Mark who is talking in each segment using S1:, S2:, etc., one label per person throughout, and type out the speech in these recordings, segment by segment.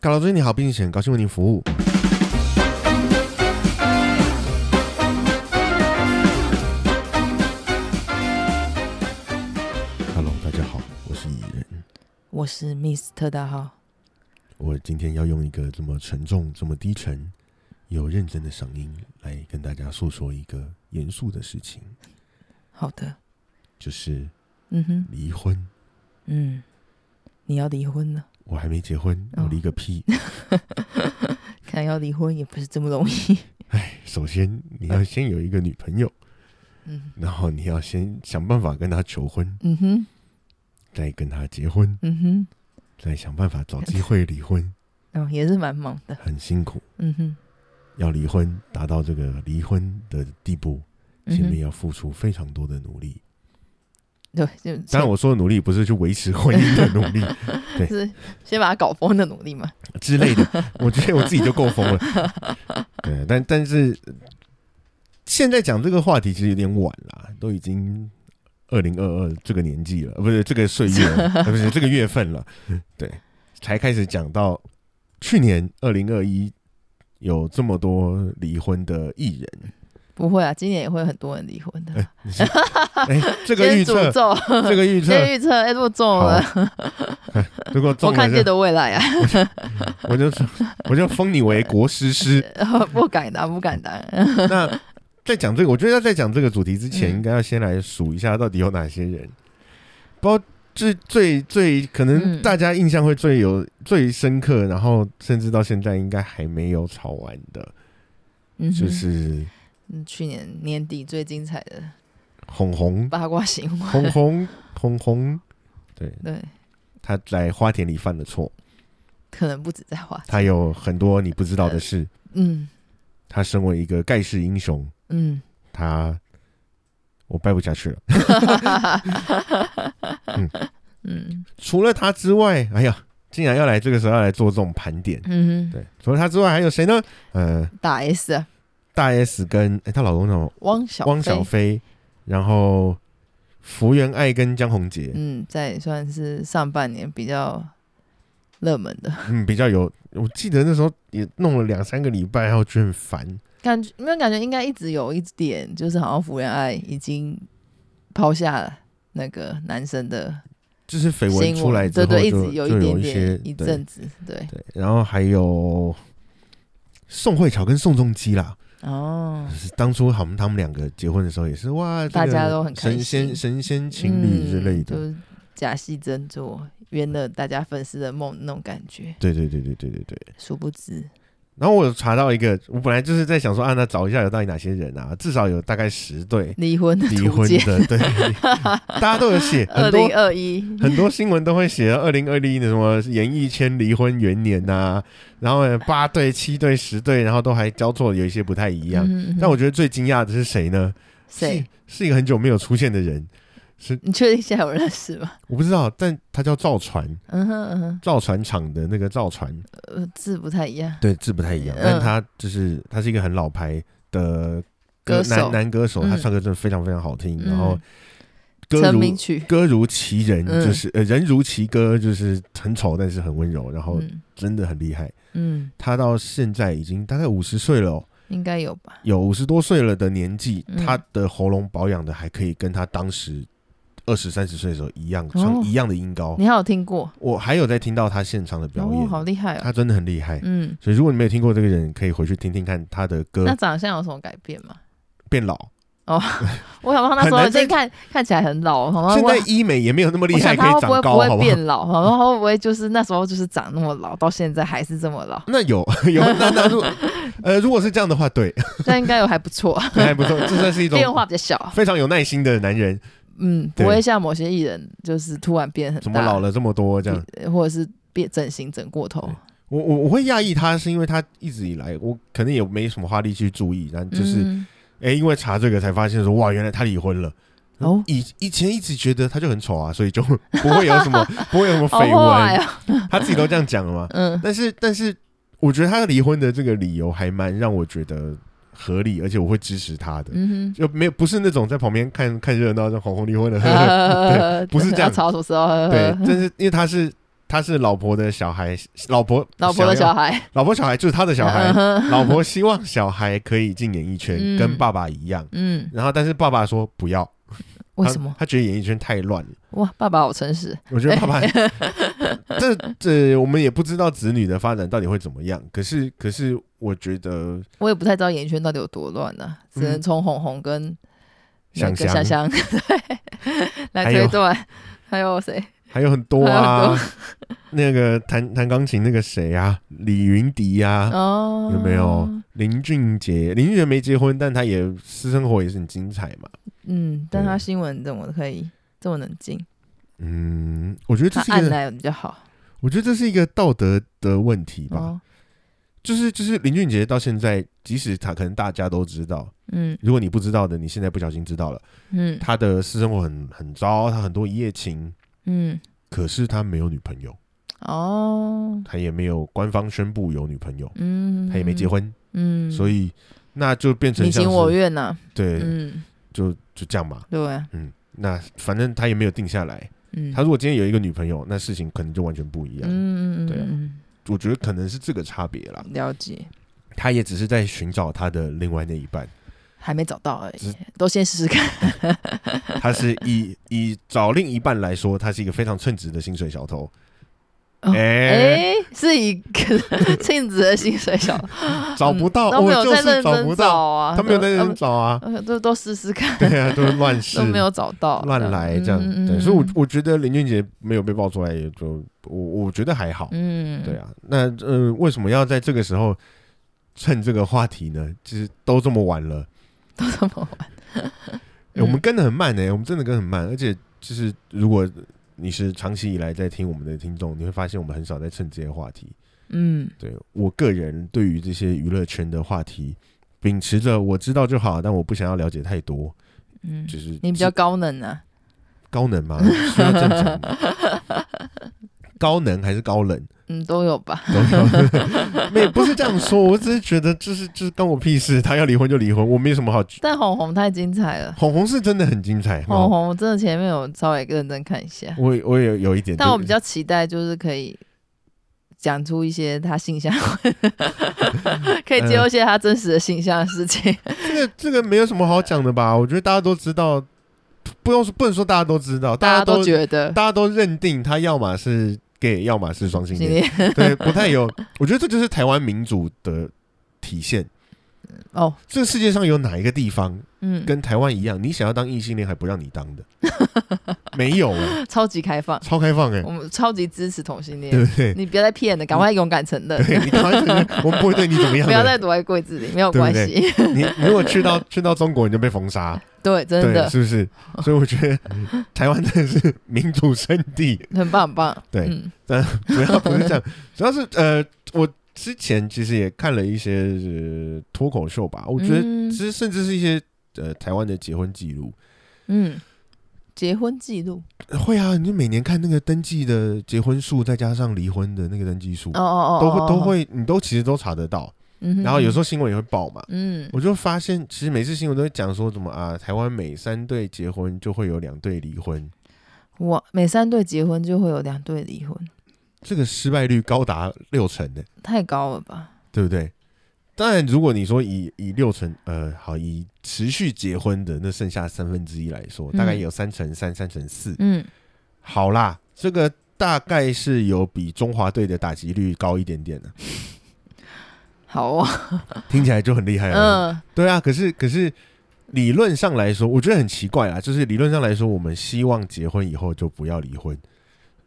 S1: 高老师你好，并险高兴为您服务。Hello，大家好，我是蚁人。
S2: 我是 Miss 特大号，
S1: 我今天要用一个这么沉重、这么低沉、有认真的嗓音来跟大家诉说一个严肃的事情，
S2: 好的，
S1: 就是
S2: 嗯哼，
S1: 离婚。
S2: 嗯，你要离婚了，
S1: 我还没结婚，我
S2: 哦
S1: 离个屁！
S2: 看要离婚也不是这么容易，
S1: 哎，首先你要先有一个女朋友，
S2: 嗯
S1: 然后你要先想办法跟她求婚，
S2: 嗯哼，
S1: 再跟她结婚，
S2: 嗯哼，
S1: 再想办法找机会离婚，
S2: 哦，也是蛮忙的，
S1: 很辛苦。
S2: 嗯哼，
S1: 要离婚，达到这个离婚的地步，
S2: 嗯
S1: 前面
S2: 哼，
S1: 要付出非常多的努力。
S2: 对，就
S1: 当然，我说的努力不是去维持婚姻的努力
S2: 先是先把他搞疯的努力嘛，
S1: 之类的，我觉得我自己就够疯了。对，但但是呃现在讲这个话题其实有点晚啦，都已经二零二二这个年纪了，呃不是这个岁月了，呃 不是这个月份了，对，才开始讲到去年二零二一有这么多离婚的艺 人。
S2: 不会啊，今年也会有很多人离婚的，
S1: 你是哎、这个
S2: 先
S1: 预
S2: 诅
S1: 测，
S2: 咒，
S1: 这个预测，
S2: 先预测，哎，如果中
S1: 好
S2: 了，，
S1: 如果
S2: 我
S1: 中
S2: 看
S1: 了
S2: 见
S1: 就，
S2: 的未来啊，
S1: 我就我就封你为国师师。
S2: 不敢当，不敢啊 嗯当，
S1: 那在讲这个，我觉得要在讲这个主题之前，
S2: 嗯
S1: 应该要先来数一下到底有哪些人，包括最最最可能
S2: 嗯
S1: 大家印象会最有、最深刻，然后甚至到现在应该还没有吵完的，
S2: 嗯哼，
S1: 就是
S2: 嗯去年年底最精彩的
S1: 红 红
S2: 八卦新闻，
S1: 红红红红，对
S2: 对，
S1: 他在花田里犯了错，
S2: 可能不止在花，
S1: 他有很多你不知道的 事，
S2: 嗯
S1: 他身为一个盖世英雄，
S2: 嗯。
S1: 他我掰不下去了。
S2: 嗯
S1: 除了他之外，哎呀，竟然要来这个时候要来做这种盘点。
S2: 嗯哼，
S1: 对，除了他之外还有谁呢？呃，
S2: 大 S 啊，
S1: 大 S 跟哎她、老公叫什么？
S2: 汪小
S1: 汪
S2: 菲
S1: 小菲，然后福原爱跟江宏杰，
S2: 嗯，在算是上半年比较热门的
S1: 嗯，比较有。我记得那时候也弄了两三个礼拜，然后觉得很烦。
S2: 感觉，没有感觉应该一直有一点，就是好像福原爱已经抛下了那个男生的
S1: 就是绯闻
S2: 新
S1: 出来
S2: 闻，
S1: 之后
S2: 对
S1: 就，
S2: 对，一
S1: 就
S2: 直
S1: 有
S2: 一点
S1: 些
S2: 点一
S1: 对
S2: 阵子，对，
S1: 对，然后还有宋慧乔跟宋仲基啦，
S2: 哦，
S1: 就是当初好像他们两个结婚的时候也是哇，这个
S2: 大家都很开
S1: 神
S2: 心
S1: 仙神仙情侣之类
S2: 嗯
S1: 的。
S2: 就是假戏真做，圆了大家粉丝的梦那种感觉，
S1: 对对对对对对对。
S2: 殊不知，
S1: 然后我有查到一个，我本来就是在想说啊，那找一下有到底哪些人啊，至少有大概十对
S2: 离婚的
S1: 离
S2: 途
S1: 婚
S2: 径，
S1: 的，对，大家都有写
S2: 二
S1: 很多
S2: 零。二一，
S1: 很多新闻都会写二零二零的什么演艺圈离婚元年呐、然后呢八对、七对、十对，然后都还交错，有一些不太一样。
S2: 嗯嗯嗯
S1: 但我觉得最惊讶的是谁呢？
S2: 谁
S1: 是？是一个很久没有出现的人，
S2: 你确定现在有认识吗？
S1: 我不知道，但他叫赵传，
S2: 嗯哼嗯哼，
S1: 造船厂的那个造船，
S2: 呃，字不太一样。
S1: 对字不太一样，
S2: 嗯
S1: 但他就是他是一个很老牌的歌
S2: 歌
S1: 男
S2: 手
S1: 男歌手，他
S2: 嗯
S1: 唱歌真的非常非常好听，
S2: 嗯
S1: 然后歌
S2: 成
S1: 如
S2: 名曲，
S1: 歌如其人，
S2: 嗯
S1: 就是、呃人如其歌，就是很丑但是很温柔，然后
S2: 嗯
S1: 真的很厉害。
S2: 嗯，
S1: 他到现在已经大概五十岁了哦、
S2: 应该有吧。
S1: 有五十多岁了的年纪，
S2: 嗯
S1: 他的喉咙保养的还可以跟他当时二十三十岁的时候一样，
S2: 哦
S1: 唱一样的音高。
S2: 你还有听过？
S1: 我还有在听到他现场的表
S2: 哦，
S1: 演，
S2: 好厉害哦。
S1: 他真的很厉害。
S2: 嗯，
S1: 所以如果你没有听过这个人，可以回去听听看他的歌
S2: 那长相有什么改变吗？
S1: 变老。
S2: 我想说他那时
S1: 很
S2: 候
S1: 难
S2: 已
S1: 再
S2: 经看看起来很老，好像
S1: 现在
S2: 我
S1: 医美也没有那么厉
S2: 我
S1: 害，
S2: 想
S1: 可以
S2: 他会
S1: 长
S2: 不会
S1: 高，好
S2: 不会
S1: 不好？
S2: 变老？好像会不会就是那时候就是长那么老，到现在还是这么老？
S1: 那 有有那那如呃如果是这样的话，对，
S2: 那应该有还不错，啊
S1: 还不错，这算是一种
S2: 变化比较小。啊
S1: 非常有耐心的男 人。
S2: 嗯，
S1: 对
S2: 不会像某些艺人就是突然变很大，
S1: 怎么老了这么多这 样？
S2: 呃或者是变整形整过头。
S1: 我我我会讶异他，是因为他一直以来我可能也没什么花力去注意，然后就是
S2: 嗯
S1: 哎、因为查这个才发现说哇，原来他离婚了。
S2: 哦
S1: 以以前一直觉得他就很丑啊，所以就 不会有什么不会有什 么
S2: 好
S1: 绯
S2: 坏
S1: 闻，
S2: 哦，
S1: 他自己都这样讲了嘛。
S2: 嗯
S1: 但是，但是，我觉得他离婚的这个理由还蛮让我觉得合理，而且我会支持他的，
S2: 嗯哼。
S1: 就没有不是那种在旁边看 看热闹，像红红离婚的，
S2: 呃
S1: 不是这样
S2: 要吵什么时候？
S1: 对，但是因为他是他是老婆的小孩，老婆
S2: 老婆的
S1: 想要
S2: 小孩，
S1: 老婆小孩就是他的小孩，
S2: 嗯哼
S1: 老婆希望小孩可以进演艺圈，
S2: 嗯
S1: 跟爸爸一样。
S2: 嗯，
S1: 然后，但是爸爸说不要，
S2: 为
S1: 他
S2: 什么？
S1: 他觉得演艺圈太乱了。
S2: 哇，爸爸好诚实，
S1: 我觉得 爸爸，这这我们也不知道子女的发展到底会怎么样。可是，可是我觉得
S2: 我也不太知道演艺圈到底有多乱呢、只能
S1: 嗯
S2: 从红红跟那
S1: 想
S2: 个
S1: 想
S2: 香香 对来
S1: 还
S2: 推
S1: 有
S2: 断，还有谁？
S1: 还有很多
S2: 还有
S1: 啊
S2: 很，
S1: 那个弹弹钢琴那个谁啊，李云迪啊，
S2: 哦，
S1: 有没有？林俊杰？林俊杰没结婚，但他也私生活也是很精彩嘛。
S2: 嗯，但他
S1: 对
S2: 新闻怎么可以这么冷静？
S1: 嗯，我觉得这
S2: 他
S1: 是一
S2: 按
S1: 个，
S2: 来比较好
S1: 我觉得这是一个道德的问题吧。
S2: 哦。
S1: 就是就是林俊杰到现在，即使他可能大家都知道，
S2: 嗯
S1: 如果你不知道的，你现在不小心知道了，
S2: 嗯
S1: 他的私生活很很糟，他很多一夜情，
S2: 嗯，
S1: 可是他没有女朋友，
S2: 哦，
S1: 他也没有官方宣布有女朋友，
S2: 嗯，
S1: 他也没结，婚，
S2: 嗯，
S1: 所以那就变成
S2: 你
S1: 像
S2: 情
S1: 是
S2: 我愿呐，
S1: 对，
S2: 嗯，
S1: 就就这样嘛，
S2: 对啊，
S1: 嗯，那反正他也没有定下来。
S2: 嗯，
S1: 他如果今天有一个女朋友，那事情可能就完全不一样。
S2: 嗯嗯嗯
S1: 对啊
S2: 嗯
S1: 我觉得可能是这个差别啦，
S2: 嗯了解，
S1: 他也只是在寻找他的另外那一半，
S2: 还没找到而已
S1: 只，
S2: 都先试试看。
S1: 他是以 以找另一半来说，他是一个非常称职的薪水小偷。
S2: 哦
S1: 哎、
S2: 哎，是一个 庆子的薪水 小，
S1: 找不到，
S2: 嗯都
S1: 哦我
S2: 没有
S1: 就
S2: 在
S1: 是
S2: 认
S1: 找不
S2: 真
S1: 到，
S2: 啊，
S1: 他没有在认
S2: 都
S1: 真找啊，
S2: 呃都都试试看，
S1: 对啊，都是乱试
S2: 都，没有找到，
S1: 乱来这样。
S2: 嗯
S1: 对，所以我，
S2: 嗯
S1: 我觉得林俊杰没有被爆出来，也就我我觉得还好。
S2: 嗯，
S1: 对啊，那呃，为什么要在这个时候趁这个话题呢？就是都这么晚了，
S2: 都这么玩，
S1: 欸
S2: 嗯
S1: 我们跟的很慢呢、我们真的跟得很慢，而且就是如果你是长期以来在听我们的听众，你会发现我们很少在蹭这些话题。
S2: 嗯，
S1: 对我个人对于这些娱乐圈的话题，秉持着我知道就好，但我不想要了解太多，
S2: 嗯
S1: 就
S2: 嗯，
S1: 是
S2: 你比较高能啊，
S1: 高能吗？需要正常吗？高能还是高冷？
S2: 嗯，都有吧，
S1: 都有没有不是这样说，我只是觉得就是就是关我屁事，他要离婚就离婚，我没有什么好。
S2: 但红红太精彩了，
S1: 红红是真的很精彩，很好
S2: 红红我真的前面有稍微认真看一下，
S1: 我我也有一点，
S2: 但我比较期待就是可以讲出一些他性向， 可以揭露一些他真实的性向的事情。
S1: 这个这个没有什么好讲的吧？我觉得大家都知道，不用说不能说大家都知道，
S2: 大
S1: 大
S2: 家
S1: 家
S2: 都
S1: 都
S2: 觉得
S1: 大家都认定他要么是 gay，要么是双性
S2: 今
S1: 恋，
S2: 天
S1: 对，不太有。我觉得这就是台湾民主的体现。
S2: 哦，
S1: 这个世界上有哪一个地方
S2: 嗯，
S1: 跟台湾一样，你想要当异性恋还不让你当 的？没有、欸，
S2: 超级开放，
S1: 超开放哎、
S2: 我们超级支持同性
S1: 对
S2: 恋，
S1: 不对？
S2: 你不要再骗了，赶快勇敢承认。
S1: 对你刚才 说 我们不会对你怎么样
S2: 不要
S1: 的。
S2: 再躲在柜子里，没有
S1: 对不
S2: 关系。
S1: 你你如果去到去到中国，你就被封杀，
S2: 对，真
S1: 对，
S2: 的
S1: 是不是？所以我觉 得台湾真的是民主圣地。
S2: 很棒，很棒。
S1: 对
S2: 嗯
S1: 主要不是这样，主要是呃，我之前其实也看了一些呃脱口秀吧，我觉得
S2: 嗯
S1: 其实甚至是一些呃台湾的结婚记录，
S2: 嗯，结婚记录。
S1: 呃会啊，你就每年看那个登记的结婚数，再加上离婚的那个登记数，
S2: 哦哦哦，
S1: 都会
S2: 哦
S1: 都。会，你都其实都查得到，
S2: 嗯哼
S1: 然后有时候新闻也会报嘛。
S2: 嗯
S1: 我就发现，其实每次新闻都会讲说什么啊，台湾每三对结婚就会有两对离婚，
S2: 哇，每三对结婚就会有两对离婚，
S1: 这个失败率高达六成呢、
S2: 太高了吧？
S1: 对不对？当然，如果你说以以六成，呃，好，以持续结婚的那剩下三分之一来说，
S2: 嗯
S1: 大概有三乘三、三乘四，
S2: 嗯，
S1: 好啦，这个大概是有比中华队的打击率高一点点的、
S2: 好哦，
S1: 听起来就很厉害了。
S2: 嗯
S1: 对啊，可是可是理论上来说，我觉得很奇怪啊，就是理论上来说，我们希望结婚以后就不要离婚，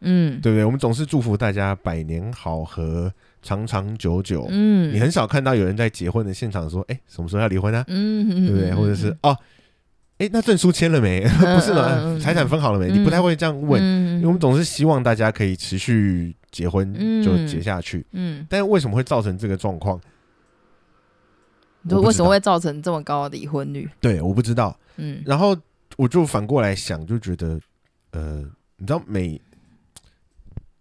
S2: 嗯，
S1: 对不对？我们总是祝福大家百年好合、长长久久。
S2: 嗯，
S1: 你很少看到有人在结婚的现场说：“哎，什么时候要离婚啊？”
S2: 嗯，嗯
S1: 对不对？或者是哦，哎、那证书签了没？ 不是吗？财产分好了没？
S2: 嗯
S1: 你不太会这样问，因
S2: 问
S1: 为我们总是希望大家可以持续结婚
S2: 嗯
S1: 就结下去。
S2: 嗯，
S1: 但为什么会造成这个状况？
S2: 你说
S1: 我不
S2: 为
S1: 知
S2: 什么
S1: 道
S2: 会造成这么高的离婚率？
S1: 对，我不知道。
S2: 嗯
S1: 然后我就反过来想，就觉得，呃，你知道每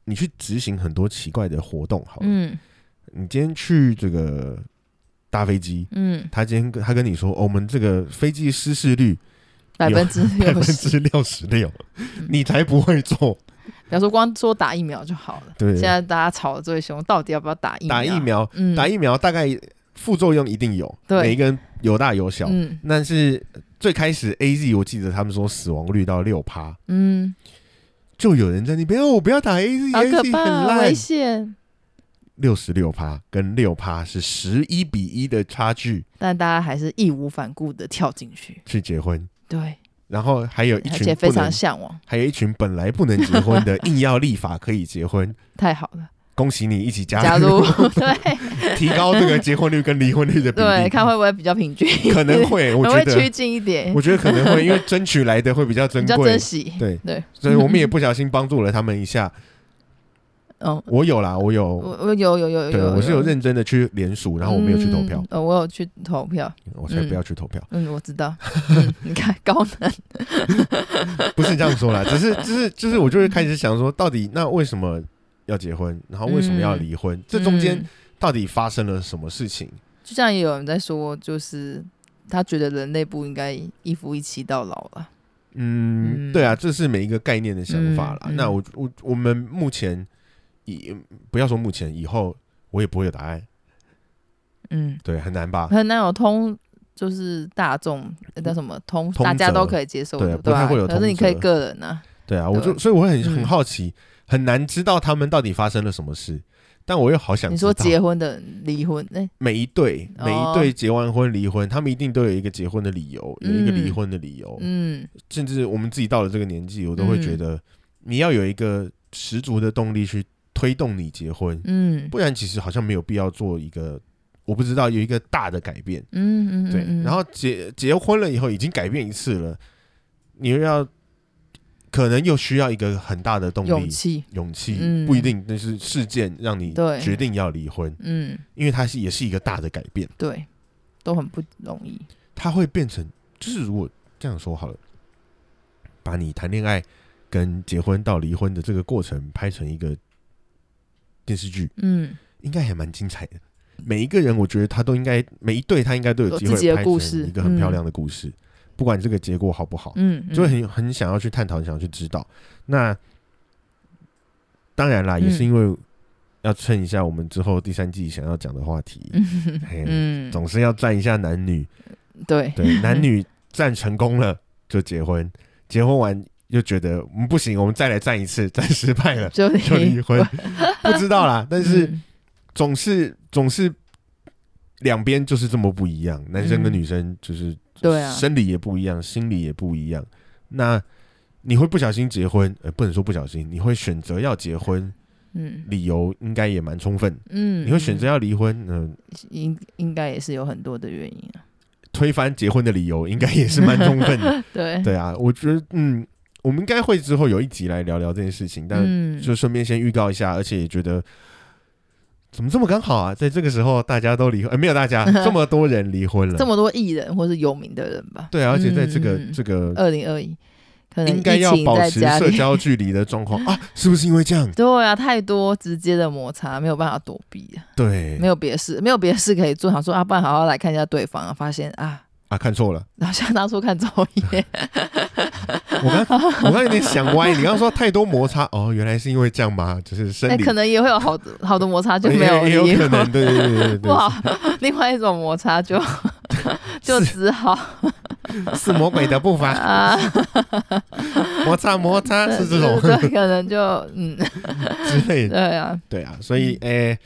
S1: 你去执行很多奇怪的活动，好了，
S2: 嗯
S1: 你今天去这个搭飞机。
S2: 嗯，
S1: 他今天跟他跟你说、哦我们这个飞机失事率
S2: 百分之
S1: 百
S2: 六
S1: 分
S2: 十，嗯
S1: 之六十六，你才不会做。
S2: 要说光说打疫苗就好了。
S1: 对
S2: 现在大家吵得最凶，到底要不要打疫苗？
S1: 打疫，苗，
S2: 嗯，
S1: 打疫苗大概副作用一定有，
S2: 对
S1: 每一个人有大有小。
S2: 嗯
S1: 但是最开始 A Z 我记得他们说死亡率到六趴，
S2: 嗯，
S1: 就有人在那边哦，我不要打 A Z，
S2: 好
S1: A
S2: 可
S1: Z
S2: 怕，
S1: 很
S2: 好
S1: 烂
S2: 危，险。
S1: 六十六趴跟六趴是十一比一的差距
S2: 但大家还是义无反顾的跳进去，
S1: 去结婚，
S2: 对，
S1: 然后还有一
S2: 而
S1: 群
S2: 且非
S1: 不
S2: 常
S1: 能，
S2: 向往，
S1: 还有一群本来不能结婚的，硬要立法可以结婚，
S2: 太好了，
S1: 恭喜你一起
S2: 加
S1: 加
S2: 入 对
S1: 提高这个结婚率跟离婚率的比
S2: 对，
S1: 例，
S2: 看会不会比较平均，
S1: 可能会，我
S2: 可
S1: 觉
S2: 能会趋
S1: 得，
S2: 近一点
S1: 我，觉得可能会，因为争取来的会比较珍
S2: 比较
S1: 贵
S2: 珍，惜。
S1: 对
S2: 对，
S1: 所以我 们也不小心帮助了他们一下。
S2: 嗯，
S1: 我有啦，我
S2: 我
S1: 有，
S2: 我有有有
S1: 对
S2: 有，
S1: 我是有认真的去联署，然后我没有去投票
S2: 嗯，，呃，我有去投票，
S1: 我才不要去投票，
S2: 嗯，我知 道，嗯、你看高能，
S1: 不是这样说啦，只 是就是就是我就会开始想说，到底那为什么要结婚，然后为什么要离婚，这中间
S2: 嗯
S1: 到底发生了什么事情？
S2: 就像也有人在说，就是他觉得人类不应该一夫一妻到老了。
S1: 嗯，
S2: 嗯
S1: 对啊，这是每一个概念的想法啦。
S2: 嗯嗯
S1: 那我我我们目前以不要说目前，以后我也不会有答案，
S2: 嗯，
S1: 对，很难吧？
S2: 很难有通，就是大众呃叫什么通，
S1: 通则
S2: 大家都可以接受
S1: 对
S2: 的，
S1: 不
S2: 对吧、
S1: 太会有
S2: 可是你
S1: 通则
S2: 可以个人啊，
S1: 对啊，我就
S2: 对
S1: 所以我很
S2: 嗯
S1: 很好奇，很难知道他们到底发生了什么事，但我又好想
S2: 你
S1: 知道
S2: 说结婚的人离婚，哎、
S1: 每一对
S2: 哦
S1: 每一对结完婚离婚，他们一定都有一个结婚的理由，有一个
S2: 嗯
S1: 离婚的理由，
S2: 嗯，
S1: 甚至我们自己到了这个年纪，我都会觉得你要有一个十足的动力去推动你结婚，
S2: 嗯
S1: 不然其实好像没有必要做一个我不知道有一个大的改变。
S2: 嗯嗯，
S1: 对，
S2: 嗯
S1: 然后结结婚了以后已经改变一次了，你又要可能又需要一个很大的动
S2: 勇
S1: 力。
S2: 气，
S1: 勇气、
S2: 嗯
S1: 不一定，那是事件让你
S2: 对
S1: 决定要离婚，
S2: 嗯，
S1: 因为它是也是一个大的改变，
S2: 对，都很不容易，
S1: 它会变成就是如果这样说好了，把你谈恋爱跟结婚到离婚的这个过程拍成一个电视剧，
S2: 嗯，
S1: 应该还蛮精彩的。每一个人，我觉得他都应该，每一对他应该都有
S2: 有
S1: 机
S2: 自己
S1: 会
S2: 的
S1: 拍
S2: 故
S1: 成
S2: 事
S1: 一个很漂
S2: 嗯
S1: 亮的故事，不管这个结果好不好，
S2: 嗯，嗯
S1: 就会很很想要去探讨，很想要去知道。那当然啦，也是
S2: 嗯
S1: 因为要蹭一下我们之后第三季想要讲的话题，嘿
S2: 嗯，
S1: 总是要站一下男女，
S2: 对，
S1: 对，男女站成功了就结婚，结婚完又觉得嗯不行，我们再来站一次，站失败 了
S2: 就
S1: 就离婚， 不知道 啦，但是
S2: 嗯
S1: 总是总是两边就是这么不一样，男生跟女生就是
S2: 对啊
S1: 生理也不一样，心理也不一样。那你会不小心结婚，呃，不能说不小心，你会选择要结婚，
S2: 嗯
S1: 理由应该也蛮充分。
S2: 嗯，
S1: 你会选择要离婚，嗯、
S2: 应应该也是有很多的原因啊。
S1: 推翻结婚的理由应该也是蛮充分的。
S2: 对，
S1: 对啊，我觉得，嗯，我们应该会之后有一集来聊聊这件事情，但
S2: 嗯，
S1: 就顺便先预告一下，而且也觉得怎么这么刚好啊，在这个时候大家都离婚，呃，没有大 家这么多人离婚了，
S2: 这么多艺人或是有名的人吧。
S1: 对啊，而且在这个、
S2: 嗯嗯嗯
S1: 这个
S2: 二零二一，可能
S1: 应该
S2: 疫
S1: 要
S2: 情
S1: 保
S2: 在
S1: 持
S2: 家
S1: 社
S2: 里，
S1: 交距离的状 况啊，是不是因为这样？
S2: 对啊，太多直接的摩擦，没有办法躲避啊，
S1: 对
S2: 没，有别的事，没有别的事可以做，想说啊，不然好好来看一下对方啊，发现啊，
S1: 啊，看错了，
S2: 好像当初看走眼，
S1: 我刚我刚有点想歪，你刚刚说太多摩擦，哦，原来是因为这样吗？就是生
S2: 哎，
S1: 理，哦
S2: 可能也会有好的好的摩擦就
S1: 也
S2: 没有
S1: 也也
S2: 理
S1: 有可能，对对对对
S2: 不
S1: 对，
S2: 好，另外一种摩 擦就就只好
S1: 是魔鬼的 步伐，
S2: 啊，
S1: 摩擦摩擦是这种
S2: 对，可能就嗯，
S1: 之类的，
S2: 对啊，
S1: 对啊，所以诶、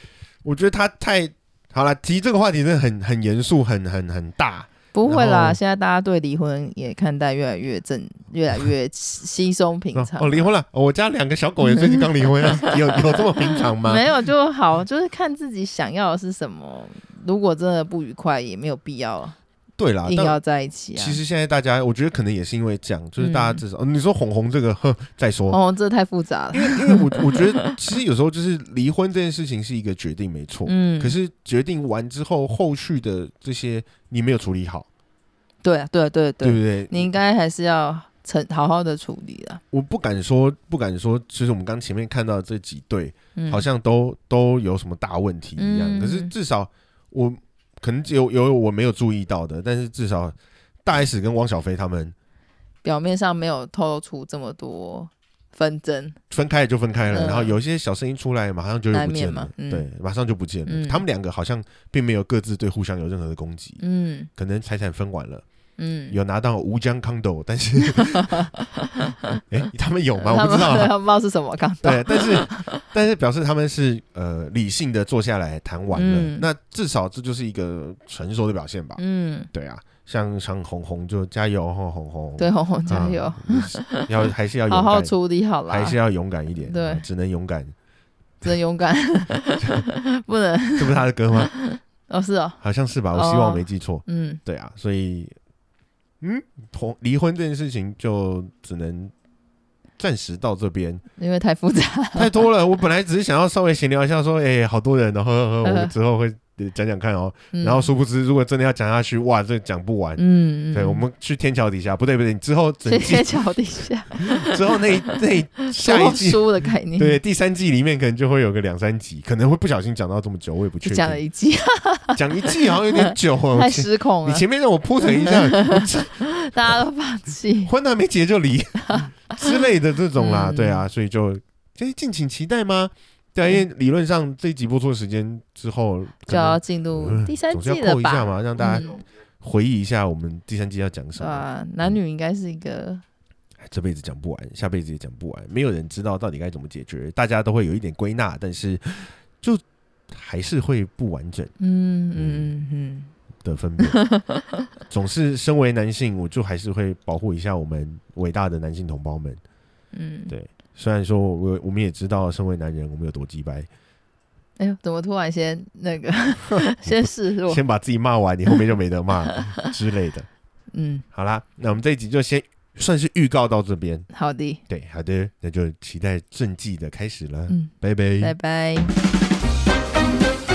S1: 我觉得他太好了，提这个话题真的很很严肃，很很很大，
S2: 不会
S1: 然
S2: 啦，
S1: 后
S2: 现在大家对离婚也看待越来越正，越来越稀松平常。
S1: 哦，离婚了，哦我家两个小狗也最近刚离 婚啊，有有这么平常吗？
S2: 没有就好，就是看自己想要的是什么。如果真的不愉快，也没有必要
S1: 对啦，
S2: 硬
S1: 啊但
S2: 要在一起啊。
S1: 其实现在大家，我觉得可能也是因为这样，就是大家
S2: 嗯
S1: 至少、呃你说哄哄这个， 呵，再说，
S2: 哦，这太复杂了。
S1: 因为因为我我觉得其实有时候就是离婚这件事情是一个决定，没错。
S2: 嗯，
S1: 可是决定完之后，后续的这些你没有处理好，
S2: 对啊对啊对啊
S1: 对
S2: 对啊，
S1: 不对？
S2: 你应该还是要成好好的处理了。
S1: 我不敢说，不敢说，其实我们刚前面看到的这几对，
S2: 嗯，
S1: 好像都都有什么大问题一样。
S2: 嗯
S1: 可是至少我可能有有我没有注意到的，但是至少大 S 跟汪小菲他们
S2: 表面上没有透露出这么多纷争，
S1: 分开了就分开了，
S2: 嗯
S1: 然后有一些小声音出来，马上就又
S2: 难
S1: 不
S2: 免
S1: 见
S2: 嘛
S1: 了，
S2: 嗯
S1: 对，马上就不见了。
S2: 嗯
S1: 他们两个好像并没有各自对互相有任何的攻击，
S2: 嗯
S1: 可能财产分完了，
S2: 嗯，
S1: 有拿到吴江康斗，但是， 哎、他们 有吗？我
S2: 他
S1: 不
S2: 们
S1: 知道
S2: 对
S1: 啊。
S2: 他们不知道是什么刚到，
S1: 对，但是 但是表示他们是呃理性的坐下来谈完了，
S2: 嗯
S1: 那至少这就是一个成熟的表现吧。
S2: 嗯，
S1: 对啊，像像红红就加油吼红红，
S2: 对，红红
S1: 啊，
S2: 加油，
S1: 要还是要勇
S2: 好
S1: 敢，
S2: 好处理好啦
S1: 还，是要勇敢一点，
S2: 对
S1: 啊只能勇敢，
S2: 真勇敢， 不能
S1: 这不是他的歌 吗？
S2: 哦，是哦，
S1: 好像是吧？我希望
S2: 哦
S1: 我没记错。
S2: 嗯
S1: 对啊，所以嗯，同离婚这件事情就只能暂时到这边，
S2: 因为太复杂，
S1: 太多了。我本来只是想要稍微闲聊一下，说哎、好多人哦，呵呵呵，我们之后会呃讲讲看哦。
S2: 嗯
S1: 然后殊不知，如果真的要讲下去，哇，这讲不完。
S2: 嗯，嗯
S1: 对，我们去天桥底下，不对不对，你之后整
S2: 谢
S1: 季
S2: 谢桥底下
S1: 之后那一那一 下一
S2: 说
S1: 季，
S2: 书的概念，
S1: 对，第三季里面可能就会有个两三集，可能会不小心讲到这么久，我也不确定。
S2: 就讲了一季，
S1: 讲一季好像有点久哦，
S2: 太
S1: 前
S2: 失控
S1: 你
S2: 了，
S1: 前面让我铺陈一 下，
S2: 大家都放弃，
S1: 婚还没结就离 之类的这种啦，
S2: 嗯
S1: 对啊，所以就哎敬请期待吗？对啊，因为理论上这一集播出的时间之后， 可
S2: 就
S1: 能
S2: 要进入
S1: 嗯
S2: 第三
S1: 总是
S2: 季
S1: 要
S2: 了
S1: 扣一下
S2: 吧？
S1: 嘛，让大家
S2: 嗯
S1: 回忆一下我们第三季要讲
S2: 对
S1: 什么。
S2: 吧？男女应该是一个，
S1: 哎这辈子讲不完，下辈子也讲不完，没有人知道到底该怎么解决，大家都会有一点归纳，但是就还是会不完整。
S2: 嗯嗯嗯
S1: 的分 别。总是身为男性，我就还是会保护一下我们伟大的男性同胞们。
S2: 嗯嗯，
S1: 对虽然说我我们也知道，身为男人我们有多鸡掰，
S2: 哎呦，怎么突然先 那个先示弱？
S1: 先把自己骂完，你后面就没得骂之类的。
S2: 嗯，
S1: 好啦，那我们这一集就先算是预告到这边。
S2: 好的，
S1: 对，好的，那就期待正季的开始了，
S2: 嗯，
S1: 拜拜
S2: 拜拜。
S1: 拜